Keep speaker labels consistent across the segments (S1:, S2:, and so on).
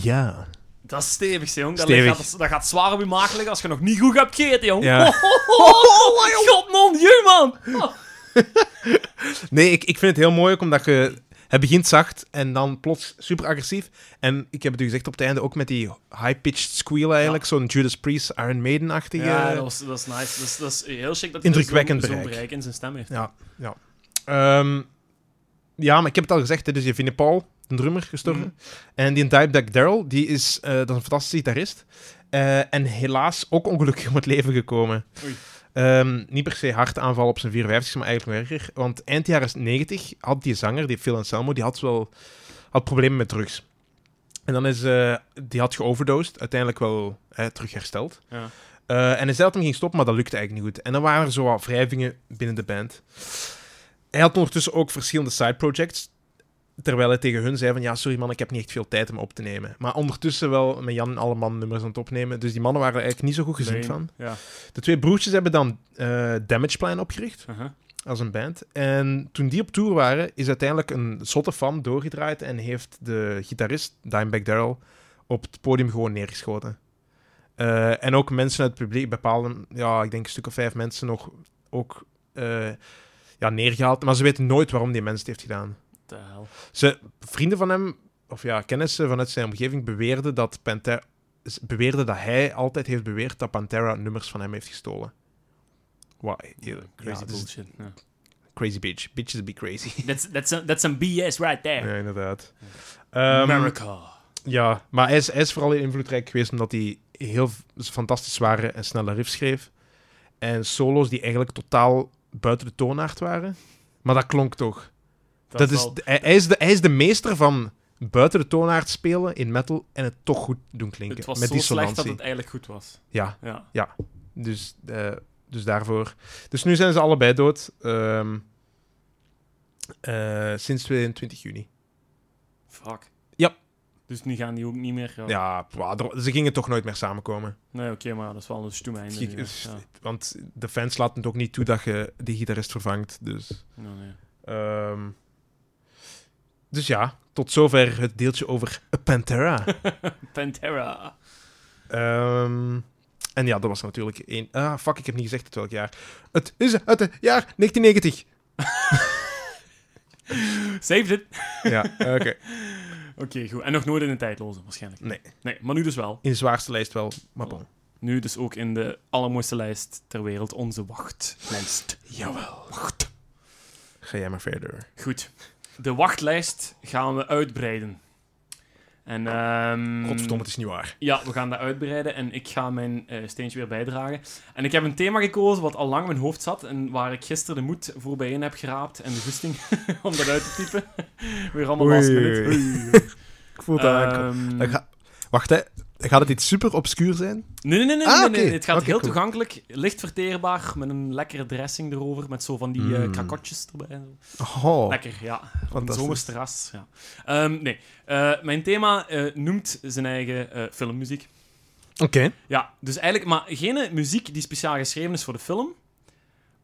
S1: Ja.
S2: Dat is stevig, jong. Dat,
S1: Stevig.
S2: ligt- dat, dat gaat zwaar op je maag liggen als je nog niet goed hebt gegeten, jong.
S1: Ja.
S2: Oh, oh, oh, oh, god, non, je man. Oh.
S1: Nee, ik, ik vind het heel mooi ook omdat je... Het begint zacht en dan plots super agressief. En ik heb het u gezegd op het einde ook met die high-pitched squeal eigenlijk. Zo'n Judas Priest, Iron Maiden-achtige...
S2: Ja, dat, was, dat is nice. Dat is, dat is heel chic dat
S1: Indrukwekkend
S2: hij zo'n zo'n
S1: bereik.
S2: bereik in zijn stem heeft.
S1: Ja, ja. Ehm, ja, maar ik heb het al gezegd, hè, dus je vindt Paul, de drummer, gestorven.
S2: Mhm.
S1: En die Dive Deck Daryl, die is, eh, dat is een fantastische gitarist. Eh, en helaas ook ongelukkig om het leven gekomen.
S2: Oei.
S1: Ehm, niet per se hartaanval op zijn 54, maar eigenlijk nog erger. Want eind jaren 90 had die zanger, die Phil Anselmo, die had wel had problemen met drugs. En dan is, eh, die had geoverdosed, uiteindelijk wel eh, terug hersteld.
S2: Ja.
S1: Eh, en hij zei dat hem ging stoppen, maar dat lukte eigenlijk niet goed. En dan waren er zo wat wrijvingen binnen de band. Hij had ondertussen ook verschillende side projects. Terwijl hij tegen hun zei van, ja, sorry man, ik heb niet echt veel tijd om op te nemen. Maar ondertussen wel met Jan en alle mannen nummers aan het opnemen. Dus die mannen waren er eigenlijk niet zo goed gezind
S2: Nee.
S1: van.
S2: Ja.
S1: De twee broertjes hebben dan eh, Damage Plan opgericht
S2: Uh-huh.
S1: als een band. En toen die op tour waren, is uiteindelijk een zotte fan doorgedraaid en heeft de gitarist Dimebag Darrell op het podium gewoon neergeschoten. Eh, en ook mensen uit het publiek, bepaalde, ja, ik denk een stuk of vijf mensen nog ook eh, ja, neergehaald. Maar ze weten nooit waarom die mens het heeft gedaan.
S2: The hell.
S1: Ze, vrienden van hem, of ja, kennissen vanuit zijn omgeving, beweerden dat, Pantera, beweerden dat hij altijd heeft beweerd dat Pantera nummers van hem heeft gestolen. Wow, ja,
S2: Crazy
S1: dat is-
S2: bullshit. Ja.
S1: Crazy bitch. Bitches be crazy.
S2: That's, that's, a- that's some BS right there.
S1: Ja, inderdaad. Ehm,
S2: America.
S1: ja, maar hij is, hij is vooral heel invloedrijk geweest omdat hij heel v- fantastisch zware en snelle riffs schreef. En solo's die eigenlijk totaal buiten de toonaard waren. Maar dat klonk toch. Dat is,
S2: wel-
S1: hij, hij is de, hij is de meester van buiten de toonaard spelen in metal en het toch goed doen klinken.
S2: het was
S1: met
S2: zo
S1: dissonantie.
S2: slecht dat het eigenlijk goed was.
S1: Ja,
S2: Ja.
S1: dus, eh, dus daarvoor. Dus nu zijn ze allebei dood. ehm, eh, sinds 22 juni.
S2: Fuck.
S1: Ja.
S2: Dus nu gaan die ook niet meer... Ja.
S1: Ja, pwa, er- ze gingen toch nooit meer samenkomen.
S2: Nee, oké, maar dat is wel een stoem einde.
S1: Je-
S2: nu, hè. Ja.
S1: Want de fans laten het ook niet toe dat je die gitarist vervangt. Dus,
S2: Nee, Nou, nee.
S1: ehm. dus ja, tot zover het deeltje over Pantera.
S2: Pantera.
S1: Ehm, en ja, dat was natuurlijk één... Ah, fuck, ik heb niet gezegd uit welk jaar. Het is uit het jaar 1990.
S2: Saved it.
S1: Ja, oké.
S2: Oké, goed. En nog nooit in een tijdloze, waarschijnlijk.
S1: Nee.
S2: Nee, maar nu dus wel.
S1: In de zwaarste lijst wel, maar bon.
S2: Nu dus ook in de allermooiste lijst ter wereld, onze wachtlijst.
S1: Jawel. Ga jij maar verder.
S2: Goed. De wachtlijst gaan we uitbreiden. En, ehm,
S1: Godverdomme, het is niet waar.
S2: Ja, we gaan dat uitbreiden en ik ga mijn eh, steentje weer bijdragen. En ik heb een thema gekozen wat al lang in mijn hoofd zat en waar ik gisteren de moed voor bijeen heb geraapt en de goesting om dat uit te typen. weer allemaal
S1: Oei,
S2: last
S1: oei,
S2: minute.
S1: oei.
S2: Oei, oei.
S1: Ik voel het aankomen.
S2: Ehm,
S1: Dat ga- Wacht, hè. Gaat het iets super obscuur zijn?
S2: Nee, nee, nee, nee,
S1: Ah,
S2: nee,
S1: oké.
S2: nee. Het gaat
S1: Oké,
S2: heel
S1: cool.
S2: toegankelijk, licht verteerbaar, met een lekkere dressing erover, met zo van die eh,
S1: Mm.
S2: krakotjes erbij. en zo.
S1: Oh,
S2: Lekker, ja. Op een
S1: fantastisch.
S2: zomersterras. Ja. Ehm, nee, Eh, mijn thema eh, noemt zijn eigen eh, filmmuziek.
S1: Oké.
S2: Ja, dus eigenlijk, maar geen muziek die speciaal geschreven is voor de film,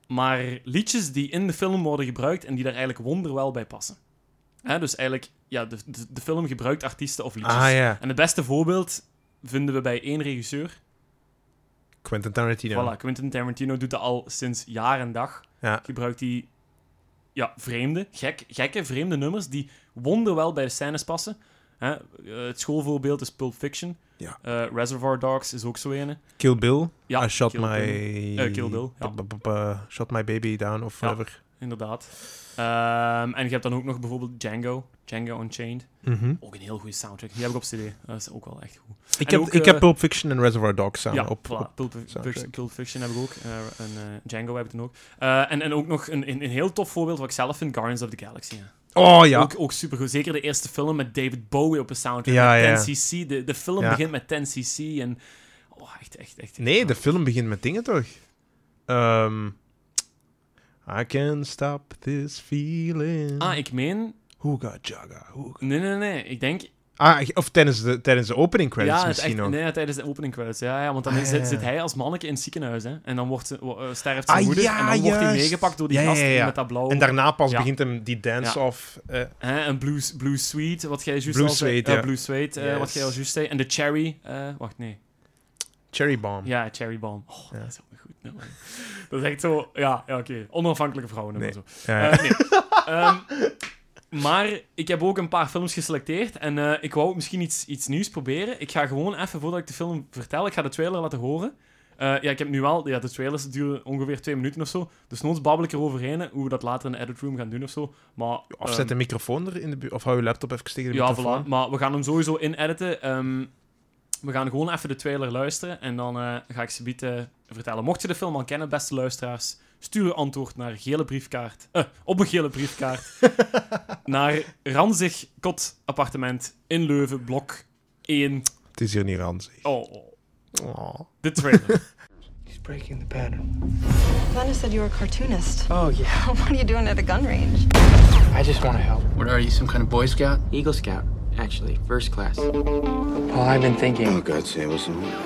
S2: maar liedjes die in de film worden gebruikt en die daar eigenlijk wonderwel bij passen. Hè, dus eigenlijk, ja, de, de, de film gebruikt artiesten of liedjes.
S1: Ah ja,
S2: En het beste voorbeeld vinden we bij één regisseur,
S1: Quentin Tarantino.
S2: Voilà, Quentin Tarantino doet dat al sinds jaar en dag.
S1: Ja.
S2: Gebruikt hij ja, vreemde, gek, gekke, vreemde nummers die wonderwel bij de scènes passen. Hè? eh, het schoolvoorbeeld is Pulp Fiction.
S1: Ja.
S2: Eh, Reservoir Dogs is ook zo ene.
S1: Kill Bill.
S2: Ja,
S1: I shot
S2: Kill
S1: my...
S2: Bill. Eh, Kill Bill, ja.
S1: B- b- b- Shot my baby down of
S2: Ja.
S1: whatever.
S2: Inderdaad. Ehm, en je hebt dan ook nog bijvoorbeeld Django. Django Unchained.
S1: Mhm.
S2: Ook een heel goede soundtrack. Die heb ik op CD. Dat is ook wel echt goed.
S1: Ik,
S2: En
S1: heb,
S2: ook,
S1: ik
S2: eh,
S1: heb Pulp Fiction en Reservoir Dogs samen
S2: ja,
S1: op,
S2: voilà.
S1: op-
S2: Pulp, Fic-
S1: soundtrack.
S2: Pulp Fiction heb ik ook. eh, en eh, Django heb ik dan ook. Eh, en, en ook nog een, een, een heel tof voorbeeld wat ik zelf vind: Guardians of the Galaxy. hè.
S1: Oh ja.
S2: Ook, ook supergoed. Zeker de eerste film met David Bowie op een soundtrack.
S1: Ja,
S2: met
S1: ja.
S2: 10cc. De, de film
S1: Ja.
S2: begint met 10cc. En... Oh, echt, echt, echt.
S1: Nee,
S2: echt.
S1: de film begint met dingen toch? Ehm, I can't stop this feeling.
S2: Ah, ik meen...
S1: Who got Jaga? Who got-
S2: Nee, nee, nee. Ik denk...
S1: Ah, of tijdens de, tijdens de opening credits
S2: ja, het
S1: misschien
S2: echt-
S1: ook.
S2: Nee, ja, tijdens de opening credits. Ja, ja want dan
S1: Ah, ja,
S2: zit,
S1: ja.
S2: zit hij als manneke in het ziekenhuis. Hè, en dan wordt, ze- wo- eh, sterft
S1: Ah,
S2: zijn moeder.
S1: ja,
S2: en dan wordt hij
S1: juist.
S2: meegepakt door die
S1: Ja, ja,
S2: gast
S1: ja, ja.
S2: met dat blauw.
S1: En daarna pas
S2: Ja.
S1: begint hem die dance-off. eh,
S2: Hè, en Blue, Blue Sweet, wat jij juist
S1: Blue
S2: al zei.
S1: Suede,
S2: eh,
S1: ja.
S2: Blue Suede, eh, wat
S1: Yes.
S2: jij al juist zei. En de Cherry. eh, wacht, nee.
S1: Cherry Bomb.
S2: Ja, Cherry Bomb. Oh,
S1: Ja.
S2: dat is ook een goed nummer. Dat is echt zo... Ja, ja oké. Onafhankelijke vrouwen en
S1: Nee.
S2: zo.
S1: Ja, ja.
S2: Eh, nee. Ehm, maar ik heb ook een paar films geselecteerd. En eh, ik wou misschien iets, iets nieuws proberen. Ik ga gewoon even, voordat ik de film vertel, ik ga de trailer laten horen. Eh, ja, ik heb nu wel... Ja, de trailers duren ongeveer twee minuten of zo. Dus noods babbel ik eroverheen. eh, Hoe we dat later in de edit room gaan doen of zo. Maar...
S1: Of
S2: ehm,
S1: zet de microfoon er in de buurt. Of hou je laptop even tegen de
S2: ja,
S1: microfoon.
S2: voilà. Maar we gaan hem sowieso in-editen. Ehm, we gaan gewoon even de trailer luisteren. En dan eh, ga ik ze bieden vertellen. Mocht je de film al kennen, beste luisteraars, stuur uw antwoord naar een gele briefkaart. eh, op een gele briefkaart. naar Ranzig Kot Appartement in Leuven, blok 1.
S1: Het is hier niet ranzig.
S2: Oh, oh,
S1: Oh.
S2: de trailer.
S3: She's breaking the pattern.
S4: Glenna said you were a cartoonist.
S3: Oh, yeah.
S4: What are you doing at a gun range?
S3: I just want to help.
S5: What are you, some kind of Boy Scout?
S6: Eagle Scout, actually, first class.
S3: Well, I've been thinking.
S7: Oh, God, Sam, what's the matter?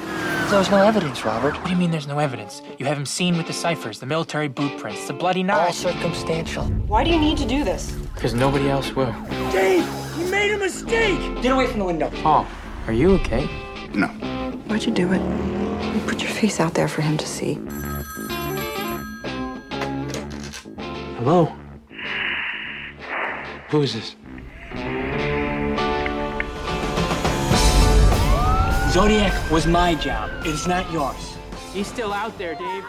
S3: There's no evidence, Robert.
S6: What do you mean there's no evidence? You haven't seen with the ciphers, the military boot prints, the bloody
S3: All
S6: knife.
S3: circumstantial.
S8: Why do you need to do this?
S6: Because nobody else will.
S8: Get away from the window.
S6: Paul, are you okay?
S7: No.
S4: Why'd you do it? You put your face out there for him to see.
S6: Hello? Who is this?
S8: Zodiac was my job. It's not yours.
S6: He's still out there, Dave.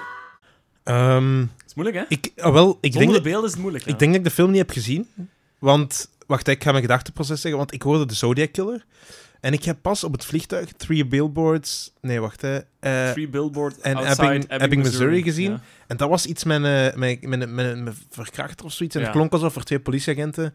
S1: Ehm,
S2: is moeilijk, hè?
S1: ik, ah, wel, ik denk
S2: Zonder de
S1: dat,
S2: beelden is het moeilijk.
S1: Ik denk dat ik de film niet heb gezien. Want, wacht, ik ga mijn gedachteproces zeggen. Want ik hoorde de Zodiac Killer. En ik heb pas op het vliegtuig Three Billboards. Nee, wacht hè. eh,
S2: Free Billboard
S1: en
S2: outside
S1: Ebbing,
S2: Ebbing,
S1: Ebbing, Missouri, gezien.
S2: Ja.
S1: En dat was iets met een, met, met, een- met een verkrachter of zoiets. En
S2: Ja.
S1: het klonk alsof er twee politieagenten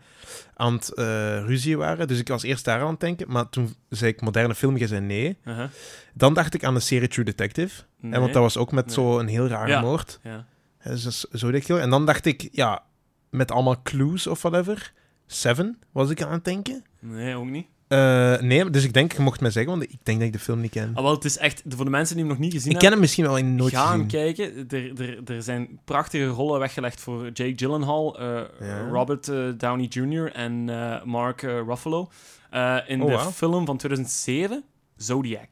S1: aan het eh, ruzie waren. Dus ik was eerst daar aan het denken. Maar toen zei ik moderne film, jij zei nee.
S2: Uh-huh.
S1: Dan dacht ik aan de serie True Detective. hè,
S2: Nee.
S1: want dat was ook met
S2: Nee.
S1: zo'n heel rare
S2: Ja.
S1: moord.
S2: Ja.
S1: Hè, dus dat is zo dik heel. En dan dacht ik, ja, met allemaal clues of whatever. Seven was ik aan het denken.
S2: Nee, ook niet.
S1: Eh, nee, dus ik denk, je mocht mij zeggen, want ik denk dat ik de film niet ken.
S2: Ah, wel, het is echt... Voor de mensen die hem nog niet gezien
S1: ik
S2: hebben...
S1: ken hem misschien wel in nooit
S2: Ga hem
S1: gezien.
S2: kijken. Er, er, er zijn prachtige rollen weggelegd voor Jake Gyllenhaal, eh,
S1: Ja.
S2: Robert eh, Downey Jr. en eh, Mark eh, Ruffalo. eh, in
S1: Oh,
S2: de
S1: wauw.
S2: film van 2007, Zodiac.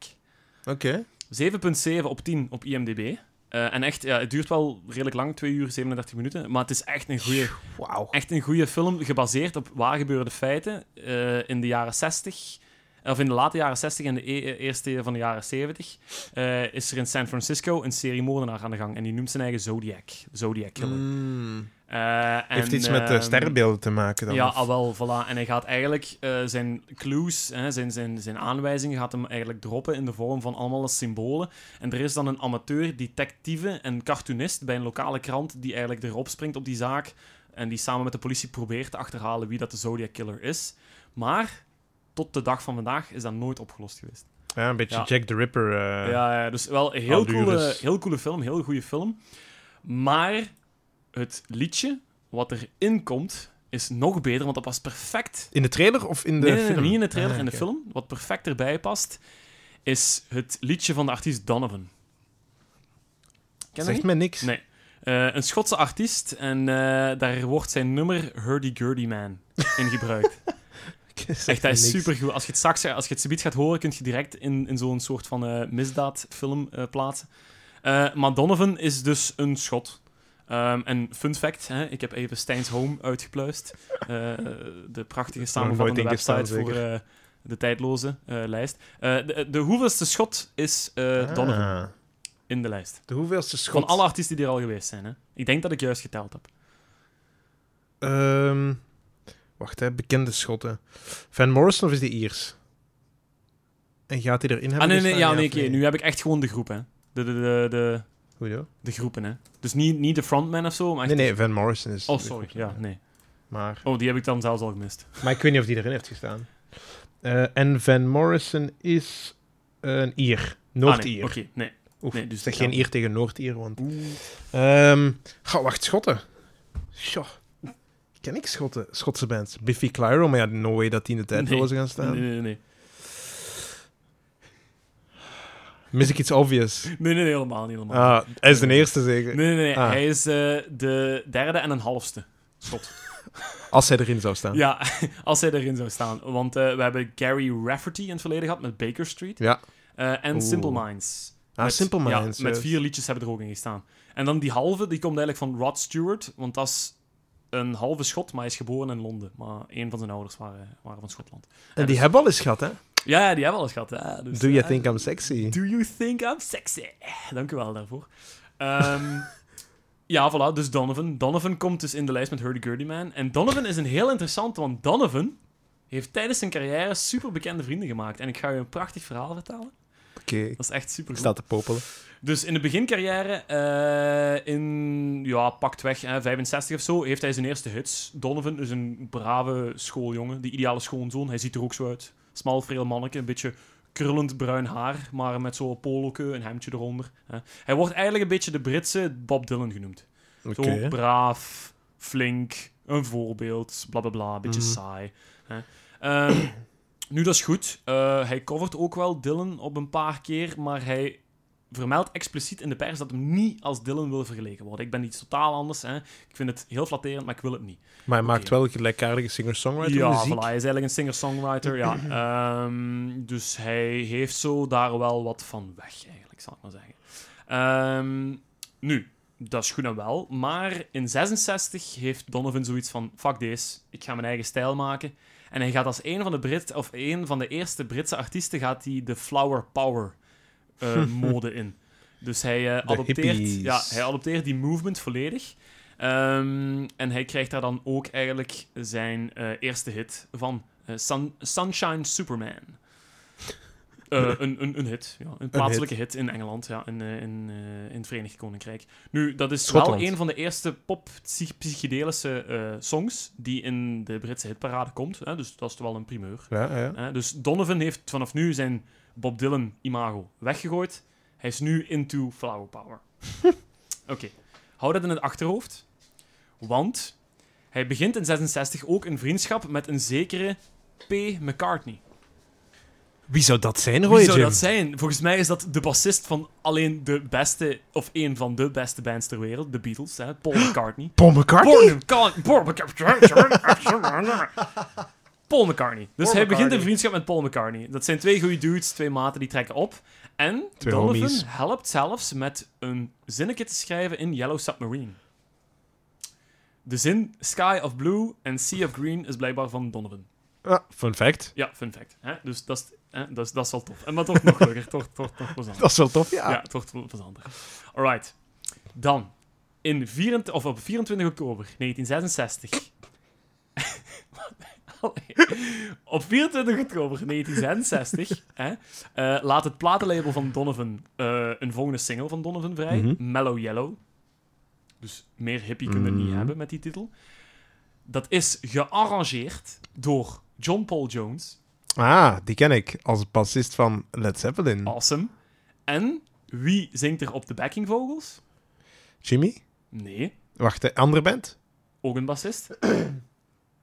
S1: Oké.
S2: 7.7 op 10 op IMDb. Eh, en echt, ja, het duurt wel redelijk lang, 2 uur 37 minuten. Maar het is echt een goede
S1: Wauw.
S2: echt een goede film, gebaseerd op waar gebeurde feiten eh, in de jaren 60. Of in de late jaren 60 en de e- eh, eerste van de jaren 70 eh, is er in San Francisco een serie moordenaar aan de gang. En die noemt zijn eigen Zodiac. Zodiac Killer.
S1: Mm.
S2: Eh,
S1: Heeft
S2: en,
S1: iets met de
S2: ehm,
S1: sterrenbeelden te maken dan?
S2: Ja,
S1: of-
S2: al wel, voilà. En hij gaat eigenlijk eh, zijn clues, hè, zijn, zijn, zijn aanwijzingen, gaat hem eigenlijk droppen in de vorm van allemaal symbolen. En er is dan een amateur, detectieve en cartoonist bij een lokale krant die eigenlijk erop springt op die zaak. En die samen met de politie probeert te achterhalen wie dat de Zodiac Killer is. Maar tot de dag van vandaag is dat nooit opgelost geweest.
S1: Ja, een beetje
S2: Ja.
S1: Jack the Ripper. eh.
S2: Ja, ja, dus wel een heel
S1: Allures.
S2: coole, heel coole film, heel goede film. Maar het liedje wat erin komt, is nog beter, want dat past perfect.
S1: In de trailer of in de
S2: Nee, nee, nee,
S1: film?
S2: niet in de trailer,
S1: Ah,
S2: in de
S1: oké.
S2: film. Wat perfect erbij past, is het liedje van de artiest Donovan. Ken je
S1: Zegt
S2: die?
S1: mij niks.
S2: Nee. Eh, een Schotse artiest en eh, daar wordt zijn nummer Hurdy Gurdy Man in gebruikt.
S1: Zegt
S2: Echt,
S1: mij
S2: dat is
S1: niks.
S2: super goed. Als je het straks, als je het subiet gaat horen, kun je direct in, in zo'n soort van eh, misdaadfilm eh, plaatsen. Eh, maar Donovan is dus een schot. Ehm, en fun fact, hè, ik heb even Stijn's Home uitgepluist. Eh, de prachtige samenvattende
S1: nooit ingestaan,
S2: website voor eh, de tijdloze eh, lijst. Eh, de, de hoeveelste schot is eh, Donovan
S1: Ah,
S2: in de lijst.
S1: de hoeveelste schot?
S2: Van alle artiesten die er al geweest zijn. Hè. Ik denk dat ik juist geteld heb.
S1: Ehm, wacht, hè, bekende schotten. Van Morrison of is die Iers? En gaat hij erin
S2: Ah,
S1: hebben?
S2: nee, nee,
S1: gestaan,
S2: ja, nee,
S1: of
S2: oké, nu heb ik echt gewoon de groep, hè. De, de, de, de,
S1: Hoe dan?
S2: de groepen, hè. Dus niet, niet de frontman of zo, maar echt
S1: Nee, nee, Van Morrison is...
S2: Oh, sorry. Ja, nee.
S1: Maar,
S2: Oh, die heb ik dan zelfs al gemist. Ah,
S1: maar ik weet niet of die erin heeft gestaan. Eh, en Van Morrison is een Ier.
S2: Ah, nee.
S1: Noord-Ier.
S2: Oké, nee.
S1: Oef,
S2: nee, dus
S1: zeg
S2: ja.
S1: geen Ier tegen Noord-Ier, want... Ehm, ga, wacht, Schotten. Tjoh. Ken ik Schotten? Schotse bands. Biffy Clyro, maar ja, no way dat die in de tijd
S2: Nee.
S1: willen gaan staan.
S2: Nee, nee, nee.
S1: Mis ik iets obvious?
S2: Nee, nee, nee, helemaal niet. Helemaal.
S1: Ah, hij is de eerste zeker.
S2: niet. nee, nee, nee.
S1: ah.
S2: Hij is eh, de derde en een halfste. Schot.
S1: Als hij erin zou staan. Ja.
S2: Ja, als hij erin zou staan. Want eh, we hebben Gary Rafferty in het verleden gehad met Baker Street. Eh, en Simple Minds.
S1: Ah, Simple
S2: ja,
S1: Minds,
S2: met
S1: juist.
S2: vier liedjes hebben er ook in gestaan. En dan die halve, die komt eigenlijk van Rod Stewart. Want dat is een halve schot, maar hij is geboren in Londen. Maar een van zijn ouders waren, waren van Schotland.
S1: En die hebben we al eens gehad, hè?
S2: Ja, ja, die hebben we al eens gehad. hè. Dus,
S1: Do you
S2: eh,
S1: think I'm sexy?
S2: Do you think I'm sexy? Eh, Dank u wel daarvoor. Ehm, ja, voilà, dus Donovan. Donovan komt dus in de lijst met Hurdy-Gurdy Man. En Donovan is een heel interessante, want Donovan heeft tijdens zijn carrière super bekende vrienden gemaakt. En ik ga u een prachtig verhaal vertellen.
S1: Oké, ik
S2: Dat is echt super
S1: sta te popelen.
S2: dus in de begincarrière, eh, in, ja, pakt weg, hè, 65 of zo, heeft hij zijn eerste hits. Donovan is een brave schooljongen, de ideale schoonzoon. Hij ziet er ook zo uit. Smal, vreel manneke, een beetje krullend bruin haar, maar met zo'n poloke, een hemdje eronder. Hè. Hij wordt eigenlijk een beetje de Britse Bob Dylan genoemd.
S1: Oké.
S2: Zo braaf, flink, een voorbeeld, bla bla bla, een beetje saai. Hè. Ehm, nu, dat is goed. Eh, hij covert ook wel Dylan op een paar keer, maar hij vermeldt expliciet in de pers dat hem niet als Dylan wil vergeleken worden. Ik ben iets totaal anders. Hè. Ik vind het heel flatterend, maar ik wil het niet.
S1: Maar hij maakt wel gelijkaardige singer-songwriter
S2: Ja,
S1: muziek.
S2: voilà, hij is eigenlijk een singer-songwriter. ja. Ehm, dus hij heeft zo daar wel wat van weg, eigenlijk, zal ik maar zeggen. Ehm, nu, dat is goed en wel. Maar in 66 heeft Donovan zoiets van: fuck this, ik ga mijn eigen stijl maken. En hij gaat als een van de, Brit, of een van de eerste Britse artiesten gaat hij de Flower Power eh, mode in. Dus hij, eh, adopteert,
S1: hippies.
S2: ja, hij adopteert die movement volledig. Ehm, en hij krijgt daar dan ook eigenlijk zijn eh, eerste hit van eh, Sun- Sunshine Superman. Eh, een, een, een hit, ja. een plaatselijke hit. in Engeland, ja, in, eh, in, eh, in het Verenigd Koninkrijk. Nu, dat is
S1: Schotland.
S2: wel een van de eerste pop-psychedelische eh, songs die in de Britse hitparade komt. Hè, dus dat is wel een primeur.
S1: Ja, ja.
S2: Hè, dus Donovan heeft vanaf nu zijn Bob Dylan imago weggegooid. Hij is nu into flower power. Oké, hou dat in het achterhoofd. Want hij begint in 66 ook een vriendschap met een zekere P. McCartney.
S1: Wie zou dat zijn, Roy
S2: Wie zou
S1: Jim?
S2: dat zijn? Volgens mij is dat de bassist van alleen de beste, of één van de beste bands ter wereld, de Beatles, hè? Paul McCartney.
S1: Paul McCartney?
S2: Paul McCartney. Paul McCartney. Paul McCartney. Dus hij begint een vriendschap met Paul McCartney. Dat zijn twee goede dudes, twee maten die trekken op. En
S1: Twee
S2: Donovan
S1: homies.
S2: helpt zelfs met een zinnetje te schrijven in Yellow Submarine. De zin Sky of Blue en Sea of Green is blijkbaar van Donovan.
S1: Ah, fun fact.
S2: Ja, fun fact. Hè? Dus dat is, hè, dat, is, dat is wel tof. En maar toch nog leuker. Toch, toch, toch plezanter.
S1: Dat is wel tof, ja.
S2: Ja, toch plezanter. Alright. Dan. In 24, of op 24 oktober 1966. Allee. op 24 oktober 1966 hè, eh, laat het platenlabel van Donovan eh, een volgende single van Donovan vrij. Mellow Yellow. Dus meer hippie kunnen we niet hebben met die titel. Dat is gearrangeerd door John Paul Jones.
S1: Ah, die ken ik. Als bassist van Led Zeppelin.
S2: Awesome. En wie zingt er op de backingvogels?
S1: Jimmy?
S2: Nee,
S1: Wacht, hè, andere band?
S2: ook een bassist.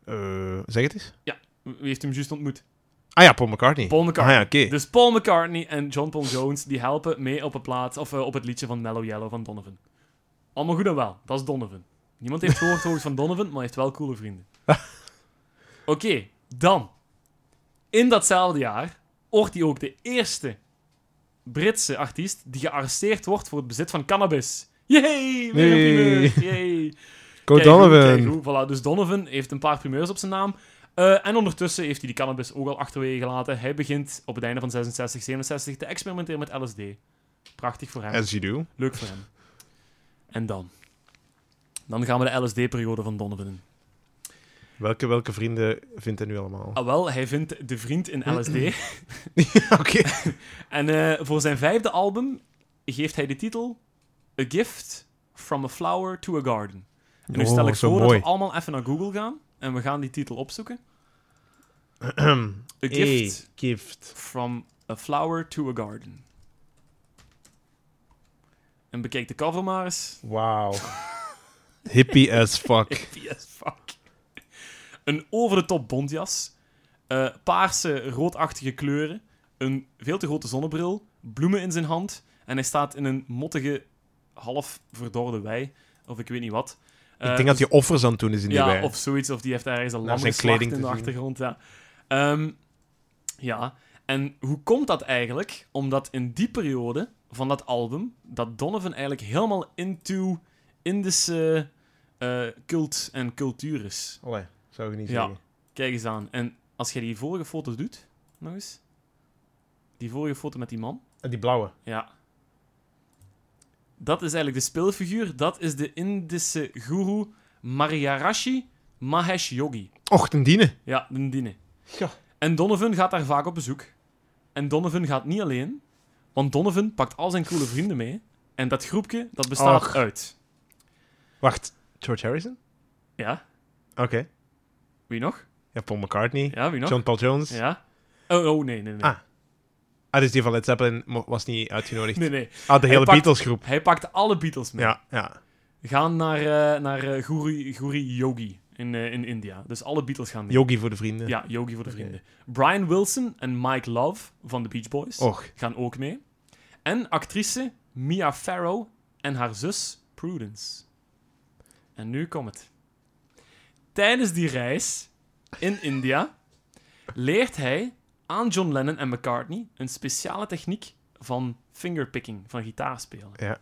S1: Eh, zeg het eens.
S2: Ja, wie heeft hem juist ontmoet?
S1: Ah ja, Paul McCartney.
S2: Paul McCartney.
S1: Ah ja, oké.
S2: Dus Paul McCartney en John Paul Jones die helpen mee op, het plaat, of, eh, op het liedje van Mellow Yellow van Donovan. Allemaal goed en wel, dat is Donovan. Niemand heeft gehoord gehoord van Donovan, maar heeft wel coole vrienden. Oké, dan. In datzelfde jaar wordt hij ook de eerste Britse artiest die gearresteerd wordt voor het bezit van cannabis. Yay! Weer een
S1: Nee.
S2: primeur. Yay!
S1: Go
S2: Kijk hoe,
S1: Donovan.
S2: kijk hoe. Voilà, dus Donovan heeft een paar primeurs op zijn naam. Eh, en ondertussen heeft hij die cannabis ook al achterwege gelaten. Hij begint op het einde van 66, 67 te experimenteren met LSD. Prachtig voor hem.
S1: As you do.
S2: Leuk voor hem. En dan? Dan gaan we de LSD-periode van Donovan in.
S1: Welke, welke vrienden vindt hij nu allemaal?
S2: Ah, wel, hij vindt de vriend in LSD.
S1: oké.
S2: En eh, voor zijn vijfde album geeft hij de titel A Gift from a Flower to a Garden. En nu
S1: Oh,
S2: stel ik
S1: zo
S2: voor dat
S1: mooi.
S2: we allemaal even naar Google gaan en we gaan die titel opzoeken. A Gift
S1: Hey, gift.
S2: From a Flower to a Garden. En bekijk de cover maar eens.
S1: Wauw. Hippie as fuck.
S2: Yes, fuck. Een over-de-top bontjas. eh, paarse, roodachtige kleuren. een veel te grote zonnebril, bloemen in zijn hand en hij staat in een mottige, half verdorde wei, of ik weet niet wat. Eh,
S1: Ik denk dat hij offers aan het doen is in die
S2: ja,
S1: wei.
S2: of zoiets, of die heeft daar ergens een
S1: Naar
S2: lam
S1: zijn
S2: geslacht
S1: kleding
S2: in de
S1: te zien.
S2: achtergrond. Ja. Ehm, ja, en hoe komt dat eigenlijk? Omdat in die periode van dat album, dat Donovan eigenlijk helemaal into Indische eh, cult en cultuur is.
S1: Allee, zou je niet
S2: Ja.
S1: zeggen.
S2: Kijk eens aan. En als jij die vorige foto doet, nog eens. Die vorige foto met die man.
S1: En die blauwe.
S2: Ja. Dat is eigenlijk de speelfiguur. Dat is de Indische guru Mariarashi Mahesh Yogi.
S1: Ochtendienen.
S2: Ja, de Dine.
S1: Ja.
S2: En Donovan gaat daar vaak op bezoek. En Donovan gaat niet alleen, want Donovan pakt al zijn coole vrienden mee. En dat groepje, dat bestaat
S1: Och.
S2: uit.
S1: Wacht, George Harrison?
S2: Ja,
S1: Oké.
S2: wie nog?
S1: Ja, Paul McCartney.
S2: Ja, wie nog?
S1: John Paul Jones.
S2: Ja. Oh, oh, nee, nee, nee.
S1: Ah. Ah, dus die van Led Zeppelin mo- was niet uitgenodigd.
S2: nee, nee.
S1: Ah, de
S2: Hij
S1: hele
S2: pakt-
S1: Beatles groep.
S2: Hij pakt alle Beatles mee.
S1: Ja, ja.
S2: Gaan naar, eh naar eh, Guri, Guri Yogi in, eh, in India. Dus alle Beatles gaan mee.
S1: Yogi voor de vrienden.
S2: Ja, Yogi voor de vrienden. Brian Wilson en Mike Love van de Beach Boys
S1: Och.
S2: gaan ook mee. En actrice Mia Farrow en haar zus Prudence. En nu komt het. Tijdens die reis in India leert hij aan John Lennon en McCartney een speciale techniek van fingerpicking, van gitaarspelen.
S1: Ja.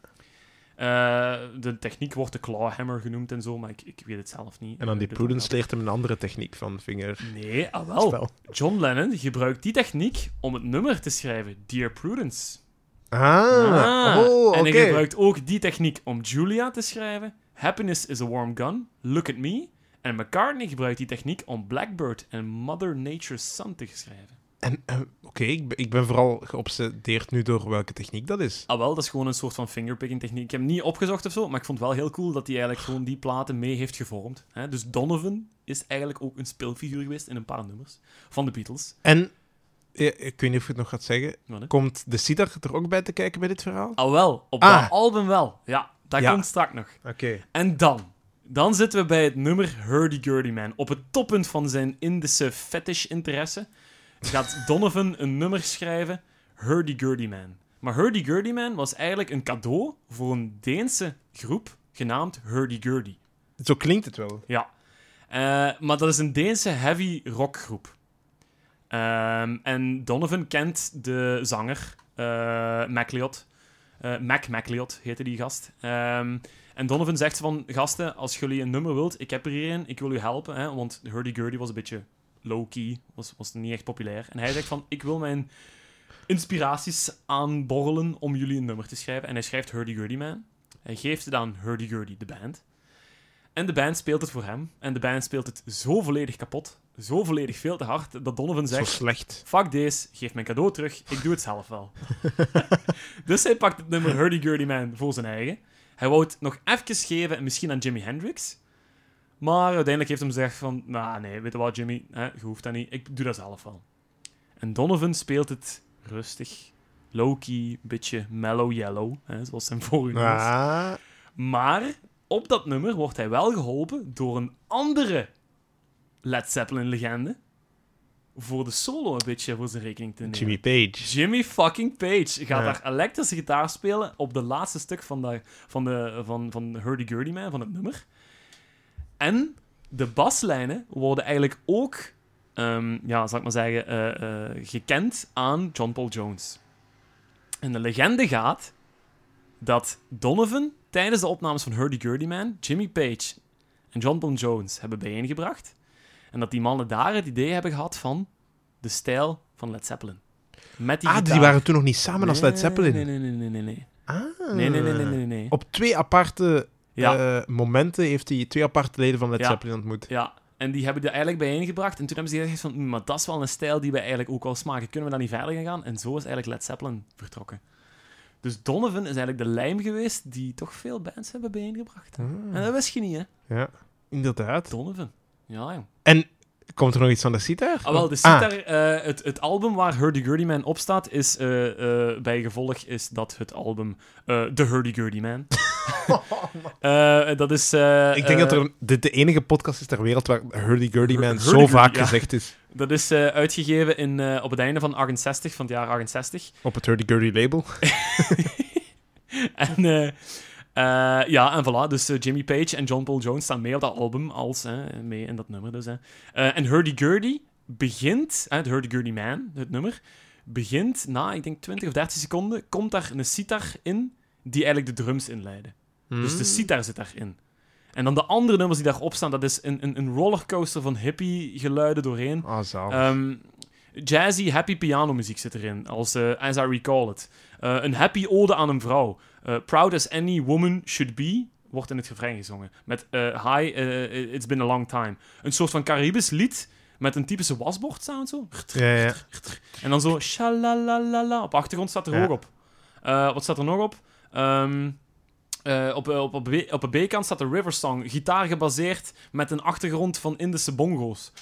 S2: Eh, de techniek wordt de clawhammer genoemd en zo, maar ik, ik weet het zelf niet.
S1: En dan die
S2: Ik weet het
S1: Prudence
S2: ook
S1: leert hem een andere techniek van vinger.
S2: niet. Nee, ah wel.
S1: Spel.
S2: John Lennon gebruikt die techniek om het nummer te schrijven, Dear Prudence.
S1: Ah,
S2: Ah,
S1: oh, oké.
S2: En hij gebruikt ook die techniek om Julia te schrijven, Happiness is a Warm Gun, Look at Me. En McCartney gebruikt die techniek om Blackbird en Mother Nature's Son te schrijven.
S1: En, eh, oké, ik, ben- ik ben vooral geobsedeerd nu door welke techniek dat is.
S2: Ah wel, dat is gewoon een soort van fingerpicking techniek. Ik heb hem niet opgezocht of zo, maar ik vond het wel heel cool dat hij eigenlijk gewoon die platen mee heeft gevormd. hè. Dus Donovan is eigenlijk ook een speelfiguur geweest in een paar nummers van de Beatles.
S1: En, eh, ik weet niet of je het nog gaat zeggen,
S2: Wat, hè?
S1: komt de sitar er ook bij te kijken bij dit verhaal?
S2: Ah wel, op
S1: Ah.
S2: dat album wel. Ja, dat
S1: Ja.
S2: komt straks nog.
S1: Oké.
S2: En dan? Dan zitten we bij het nummer Hurdy Gurdy Man. Op het toppunt van zijn Indische fetish-interesse gaat Donovan een nummer schrijven, Hurdy Gurdy Man. Maar Hurdy Gurdy Man was eigenlijk een cadeau voor een Deense groep genaamd Hurdy Gurdy.
S1: Zo klinkt het wel.
S2: Ja. Eh, maar dat is een Deense heavy rockgroep. Ehm, en Donovan kent de zanger, eh MacLeod. Eh, Mac MacLeod heette die gast. Ehm, en Donovan zegt van, gasten, als jullie een nummer wilt, ik heb er hier een, ik wil u helpen. Hè, want Hurdy Gurdy was een beetje low-key, was, was niet echt populair. En hij zegt van, ik wil mijn inspiraties aanborrelen om jullie een nummer te schrijven. En hij schrijft Hurdy Gurdy Man. Hij geeft het aan Hurdy Gurdy, de band. En de band speelt het voor hem. En de band speelt het zo volledig kapot, zo volledig veel te hard, dat Donovan
S1: Zo
S2: zegt...
S1: slecht.
S2: Fuck deze, geef mijn cadeau terug, ik doe het zelf wel. dus hij pakt het nummer Hurdy Gurdy Man voor zijn eigen. Hij wou het nog even geven, en misschien aan Jimi Hendrix. Maar uiteindelijk heeft hem gezegd van, nou nee, weet je wat Jimmy, hè, je hoeft dat niet, ik doe dat zelf wel. En Donovan speelt het rustig, low-key, beetje mellow yellow, hè, zoals zijn vorige was.
S1: Ah,
S2: Maar op dat nummer wordt hij wel geholpen door een andere Led Zeppelin-legende. Voor de solo een beetje voor zijn rekening te nemen.
S1: Jimmy Page.
S2: Jimmy fucking Page gaat
S1: Ja.
S2: daar elektrische gitaar spelen op de laatste stuk van, de, van, de, van, van Hurdy Gurdy Man, van het nummer. En de baslijnen worden eigenlijk ook, ehm, ja, zal ik maar zeggen, eh, eh, gekend aan John Paul Jones. En de legende gaat dat Donovan tijdens de opnames van Hurdy Gurdy Man Jimmy Page en John Paul Jones hebben bijeengebracht. En dat die mannen daar het idee hebben gehad van de stijl van Led Zeppelin. Met die
S1: Ah, dus die
S2: gitaar.
S1: waren toen nog niet samen als Led Zeppelin.
S2: Nee, nee, nee, nee, nee. nee.
S1: Ah.
S2: Nee, nee, nee, nee, nee, nee.
S1: Op twee aparte
S2: Ja.
S1: eh, momenten heeft hij twee aparte leden van Led
S2: Ja.
S1: Zeppelin ontmoet.
S2: Ja, en die hebben die eigenlijk bijeengebracht. En toen hebben ze gezegd van, "Hm, maar dat is wel een stijl die wij eigenlijk ook wel smaken. Kunnen we daar niet verder gaan gaan? En zo is eigenlijk Led Zeppelin vertrokken. Dus Donovan is eigenlijk de lijm geweest die toch veel bands hebben bijeengebracht.
S1: Hmm.
S2: En dat wist je niet, hè?
S1: Ja, inderdaad.
S2: Donovan. Ja, jong.
S1: En komt er nog iets van de sitar?
S2: Ah, wel, de sitar, eh, het, het album waar Hurdy Gurdy Man op staat, is eh, eh, bij gevolg is dat het album eh The Hurdy Gurdy Man. Eh, dat is... eh,
S1: Ik denk
S2: eh,
S1: dat er dit de enige podcast is ter wereld waar hurdy-gurdy man zo
S2: hurdy-gurdy,
S1: vaak
S2: ja.
S1: gezegd is.
S2: Dat is eh, uitgegeven in, eh, op het einde van 68, van het jaar 68.
S1: Op het hurdy-gurdy label.
S2: En eh, eh, ja, en voilà. Dus eh, Jimmy Page en John Paul Jones staan mee op dat album als hè, mee in dat nummer. Dus, hè. Eh, en Hurdy Gurdy begint, hè, de Hurdy Gurdy Man, het nummer, begint na, ik denk 20 of 30 seconden, komt daar een sitar in die eigenlijk de drums inleiden. Dus de sitar zit daarin. En dan de andere nummers die daarop staan, dat is een, een, een rollercoaster van hippie geluiden doorheen.
S1: Ah, zalig.
S2: Ehm, jazzy, happy piano muziek zit erin, als eh, As I Recall It. Eh, een happy ode aan een vrouw. Eh, Proud as any woman should be, wordt in het refrein gezongen. Met eh, Hi, eh, it's been a long time. Een soort van Caribisch lied met een typische wasbord sound zo.
S1: ja, ja.
S2: En dan zo shalalalala. Op de achtergrond staat er
S1: Ja.
S2: ook op. Eh, wat staat er nog op? Ehm, eh, op, op, op, B- op de B-kant staat de River Song. Gitaar gebaseerd met een achtergrond van Indische bongo's.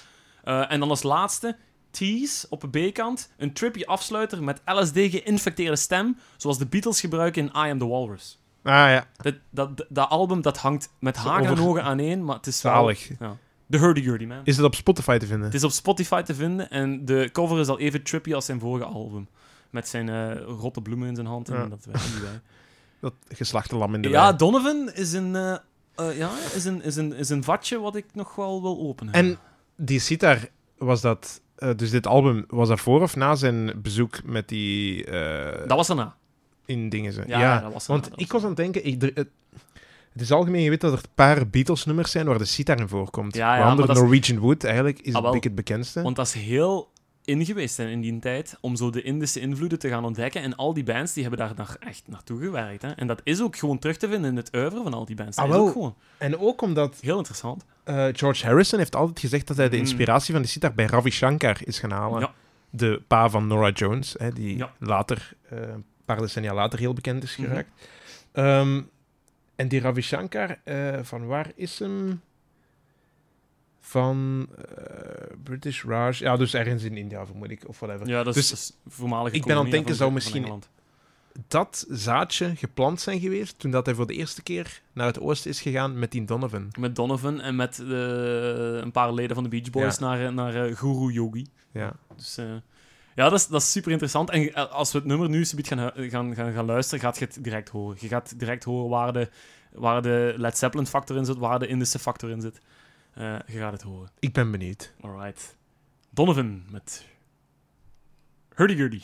S2: Eh, en dan als laatste, Tease op de B-kant. Een trippy afsluiter met LSD-geïnfecteerde stem. Zoals de Beatles gebruiken in I Am The Walrus.
S1: Ah ja,
S2: Dat, dat, dat- dat album dat hangt met haken en
S1: over-
S2: ogen aan één, maar het is wel-
S1: zalig.
S2: Ja. De hurdy-gurdy, man.
S1: Is het op Spotify te vinden?
S2: Het is op Spotify te vinden en de cover is al even trippy als zijn vorige album. Met zijn eh, rotte bloemen in zijn hand en
S1: Ja.
S2: dat werkt niet bij.
S1: Dat geslachte lam in de
S2: Ja,
S1: wei.
S2: Donovan is een, eh, eh, ja, is, een, is, een, is een vatje wat ik nog wel wil openen.
S1: En die sitar, was dat... eh, dus dit album, was dat voor of na zijn bezoek met die... eh,
S2: dat was daarna.
S1: in dingen zijn.
S2: Ja,
S1: eh, Ja,
S2: dat was-
S1: want
S2: dat was-
S1: ik was aan het denken... Ik, er- het, het is algemeen geweten dat er een paar Beatles-nummers zijn waar de sitar in voorkomt.
S2: Ja, ja,
S1: Waaronder
S2: maar dat is-
S1: Norwegian Wood eigenlijk is
S2: Ah, wel.
S1: het, het bekendste.
S2: Want dat is heel in geweest hè, in die tijd om zo de Indische invloeden te gaan ontdekken. En al die bands die hebben daar naar, echt naartoe gewerkt. Hè. En dat is ook gewoon terug te vinden in het oeuvre van al die bands. Dat
S1: Ah,
S2: is
S1: wel.
S2: ook gewoon
S1: En ook omdat
S2: heel interessant.
S1: eh, George Harrison heeft altijd gezegd dat hij de
S2: Mm.
S1: inspiratie van de sitar bij Ravi Shankar is gaan halen.
S2: Ja.
S1: De pa van Nora Jones, hè, die
S2: Ja.
S1: later, eh, een paar decennia later heel bekend is
S2: Mhm.
S1: geraakt. Ehm, en die Ravi Shankar, eh, van waar is hem? Van eh, British Raj. Ja, dus ergens in India, vermoed ik, of whatever.
S2: Ja, dat
S1: Dus
S2: is, dat is voormalige
S1: ik ben aan het
S2: kolonie
S1: denken,
S2: van-
S1: zou
S2: van
S1: misschien-
S2: Engeland.
S1: Dat zaadje geplant zijn geweest toen dat hij voor de eerste keer naar het oosten is gegaan met die Donovan.
S2: Met Donovan en met eh, een paar leden van de Beach Boys
S1: Ja.
S2: naar, eh, naar eh, Guru Yogi.
S1: Ja.
S2: Dus eh, ja, dat is, dat is super interessant. En eh, als we het nummer nu subiet gaan, hu- gaan, gaan, gaan luisteren, gaat je het direct horen. Je gaat direct horen waar de, waar de Led Zeppelin factor in zit, waar de Indische factor in zit. Eh, je gaat het horen.
S1: Ik ben benieuwd.
S2: Alright. Donovan met Hurdy Gurdy.